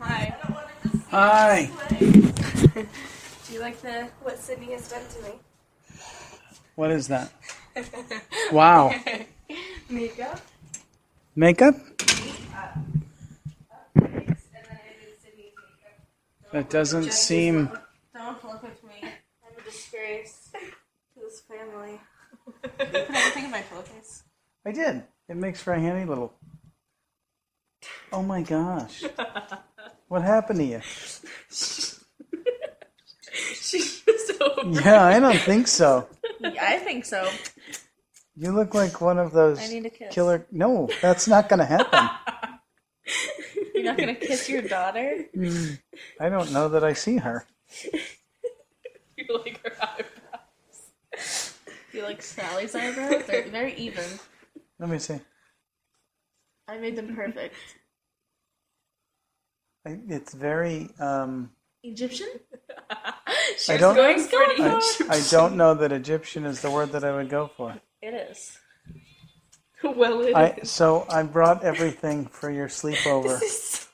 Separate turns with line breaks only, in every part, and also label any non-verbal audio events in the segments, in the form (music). Hi.
Hi.
(laughs) Do you like the what Sydney has done to me?
What
(laughs)
is that? Wow.
Makeup.
Makeup? That doesn't seem.
Don't look at me. I'm a disgrace to this family. think of my (laughs) pillowcase.
I did. It makes for a handy little. Oh my
(laughs)
gosh. What happened to you?
She's just over.
Yeah, I don't think so.
I think so.
You look like one of those
I need a kiss.
killer. No, that's not going to happen.
You're not gonna kiss your daughter?
I don't know that I see her.
You like her eyebrow.
Do you like Sally's eyebrows? They're very even.
Let me see.
I made them perfect.
I- It's very. Um,
(laughs) Egyptian?
She's
don't-
going pretty.
I,
(laughs)
I don't know that Egyptian is the word that I would go for.
It is.
well, it
I so I brought everything for your sleepover.
is so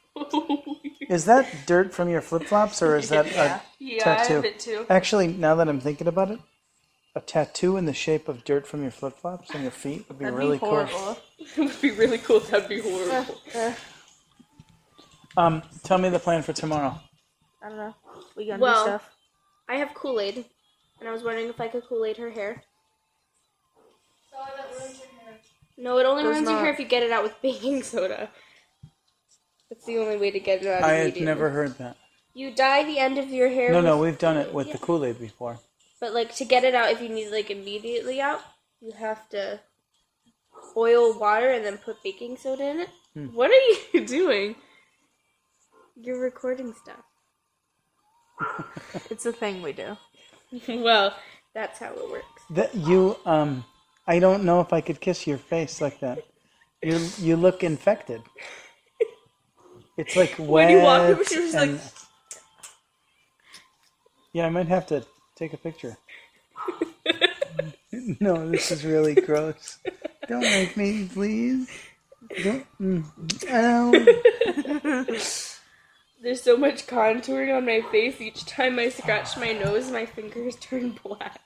weird.
Is that dirt from your flip flops or is that
Yeah.
Yeah, I
Tattoo.
have it too.
a actually now that I'm thinking about it, a tattoo in the shape of dirt from your flip flops on your feet would be
That'd
really
be
(laughs)
horrible.
It would be really cool. That'd be horrible.
Uh,
cool. Um tell me the plan for tomorrow.
I don't know. We gonna
Well-
do stuff.
I have Kool Aid, and I was wondering if I could Kool Aid her hair. No, it only
Does
ruins your hair
not.
if you get it out with baking (laughs) soda. That's the only way to get it out.
I had
immediately.
never heard that.
You dye the end of your hair.
No,
with-
no, we've done it with the Kool-Aid before.
But like to get it out, if you need like immediately out, you have to boil water and then put baking soda in it. What are you (laughs) doing? You're recording stuff.
It's a thing we do.
well, that's how it works.
That you um I don't know if I could kiss your face like that. You you look infected. It's like
(laughs)
wet.
When you walked over, she was
and-
like-
Yeah, I might have to take a
(laughs)
picture. no, this is really gross. Don't make me, please. Don't. mm, Ow.
There's so much contouring on my face. Each time I scratch my nose, my fingers (laughs) turn black.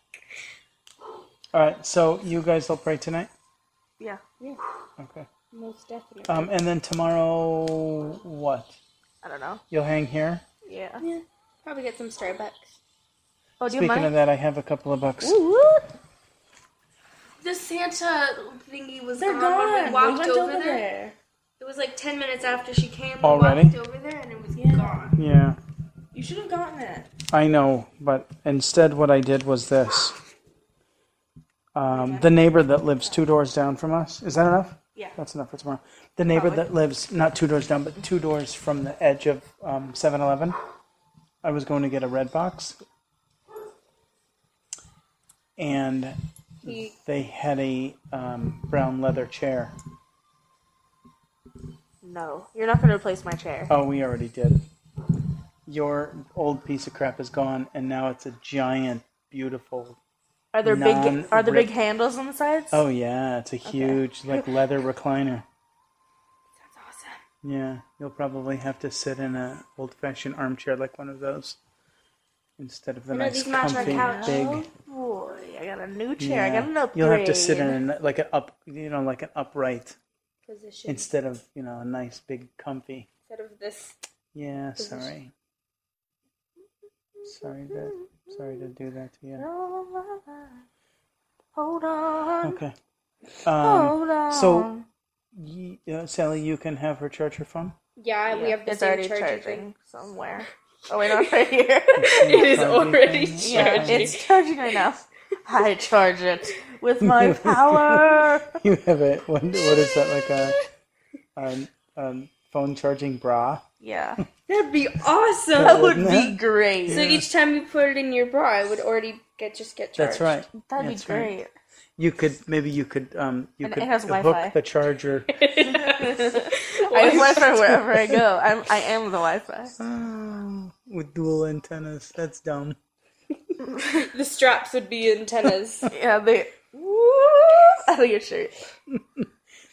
All right, so you guys will pray tonight.
Yeah.
Okay.
Most definitely.
Um, and then tomorrow, what?
I don't know.
You'll hang here.
Yeah.
yeah, probably get some Starbucks.
Oh, do you
Speaking
mind?
of that, I have a couple of bucks.
The Santa thingy was
They're
gone,
gone.
when we walked
went
over, there. It was like ten minutes after she came. We
Already?
walked over there and it was
Yeah.
gone.
Yeah,
You should have gotten it.
I know, but instead, what I did was this. Um, the neighbor that lives two doors down from us. Is that enough?
Yeah.
That's enough for tomorrow. The neighbor that lives not two doors down, but two doors from the edge of um, 7-Eleven. I was going to get a red box, and
He
they had a um, brown leather chair.
No, you're not gonna replace my chair.
Oh, we already did. Your old piece of crap is gone, and now it's a giant, beautiful.
Are there big
non-
are there big
rip-
handles on the sides?
Oh yeah, it's a huge like leather recliner.
That's awesome.
Yeah, you'll probably have to sit in an old-fashioned armchair like one of those instead of the
One of
nice,
these match on
comfy,
couch.
big.
Oh, boy, I got a new chair. I got an
Yeah.
upgrade.
You'll have to sit in an, like an up, you know, like an upright
Position
instead of you know a nice big comfy.
instead of this.
Yeah, sorry. Sorry to sorry to do that to you.
Oh, my God. Hold on.
Okay.
Hold
Um,
on.
so, ye, uh, Sally, you can have her charge
(laughs)
her phone.
Yeah, we have the
it's
same
already
charger
charging
thing.
somewhere. Oh wait, not right here.
(laughs)
It is already
(laughs) yeah,
charging.
it's charging right now. I charge it with
(laughs)
my power.
(laughs) You have it. What, what is that like a, um, um, phone charging bra?
Yeah,
That'd be awesome.
that would
Wouldn't
be
it?
great.
So each time you put it in your bra, it would already get just get charged.
That's right.
That'd
That's
be
right.
great.
You could maybe you could um you
And
could
it has Wi-Fi.
hook the
(laughs)
charger. (gasps)
I have Wi-Fi wherever I go. I'm, I am the
(laughs)
Wi-Fi.
Oh, with dual antennas. That's dumb.
The straps would be antennas.
Yeah, they. Woo, out of your shirt.
(laughs)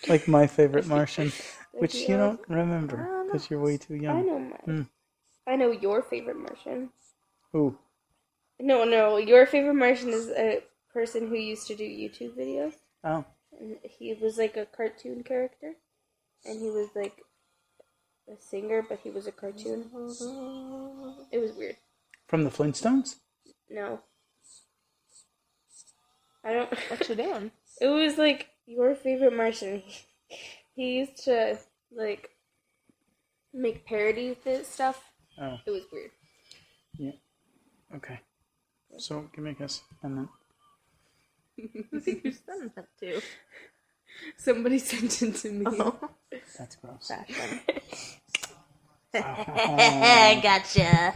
Like my favorite Martian, which you don't remember. because you're way too
(laughs) I
young.
know mine.
Hmm.
I know your favorite Martian.
Ooh,
No, no, your favorite Martian is a person who used to do YouTube videos.
oh,
And he was like a cartoon character, and he was like a singer, but he was a cartoon. It was weird.
from the Flintstones.
No, I don't. (laughs)
What's your name?
It was like your favorite Martian. (laughs) he used to like make parodies of stuff.
Oh,
It was weird.
okay. So give me a guess, and then
you sent that to?
Somebody sent it to me.
that's gross. (laughs)
Fashion.
gotcha.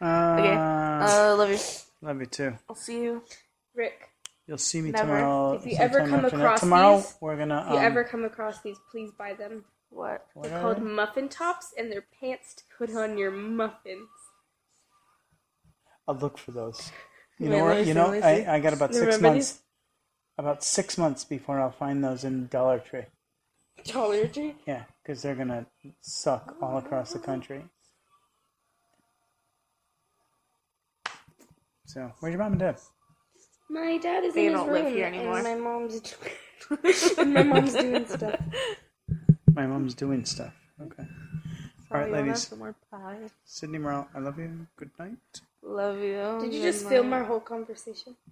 Uh, love you.
Love you too.
I'll see you.
Rick,
You'll see me
uh, Never.
tomorrow.
If you ever
sometime
come
after that.
across
tomorrow,
these-
we're gonna. Um,
if you ever come across these, please buy them.
What?
what
They're
are
called
they?
muffin tops, and they're pants to put on your muffins.
I'll look for those. You
Wait,
know,
let
what?
me
you
see,
know,
let me see.
I, I got about six
Remember
months.
these?
About six months before I'll find those in Dollar Tree.
Dollar Tree.
Yeah, because they're gonna suck all across the country. So, where's your mom and dad?
My dad is
They
in his
don't
room,
live here anymore.
and my mom's
(laughs)
(laughs) and my mom's doing stuff.
My mom's doing stuff. Okay. All right, ladies. Sydney Morrell, I love you. Good night.
Love you.
Did you
Good
just film
night.
our whole conversation?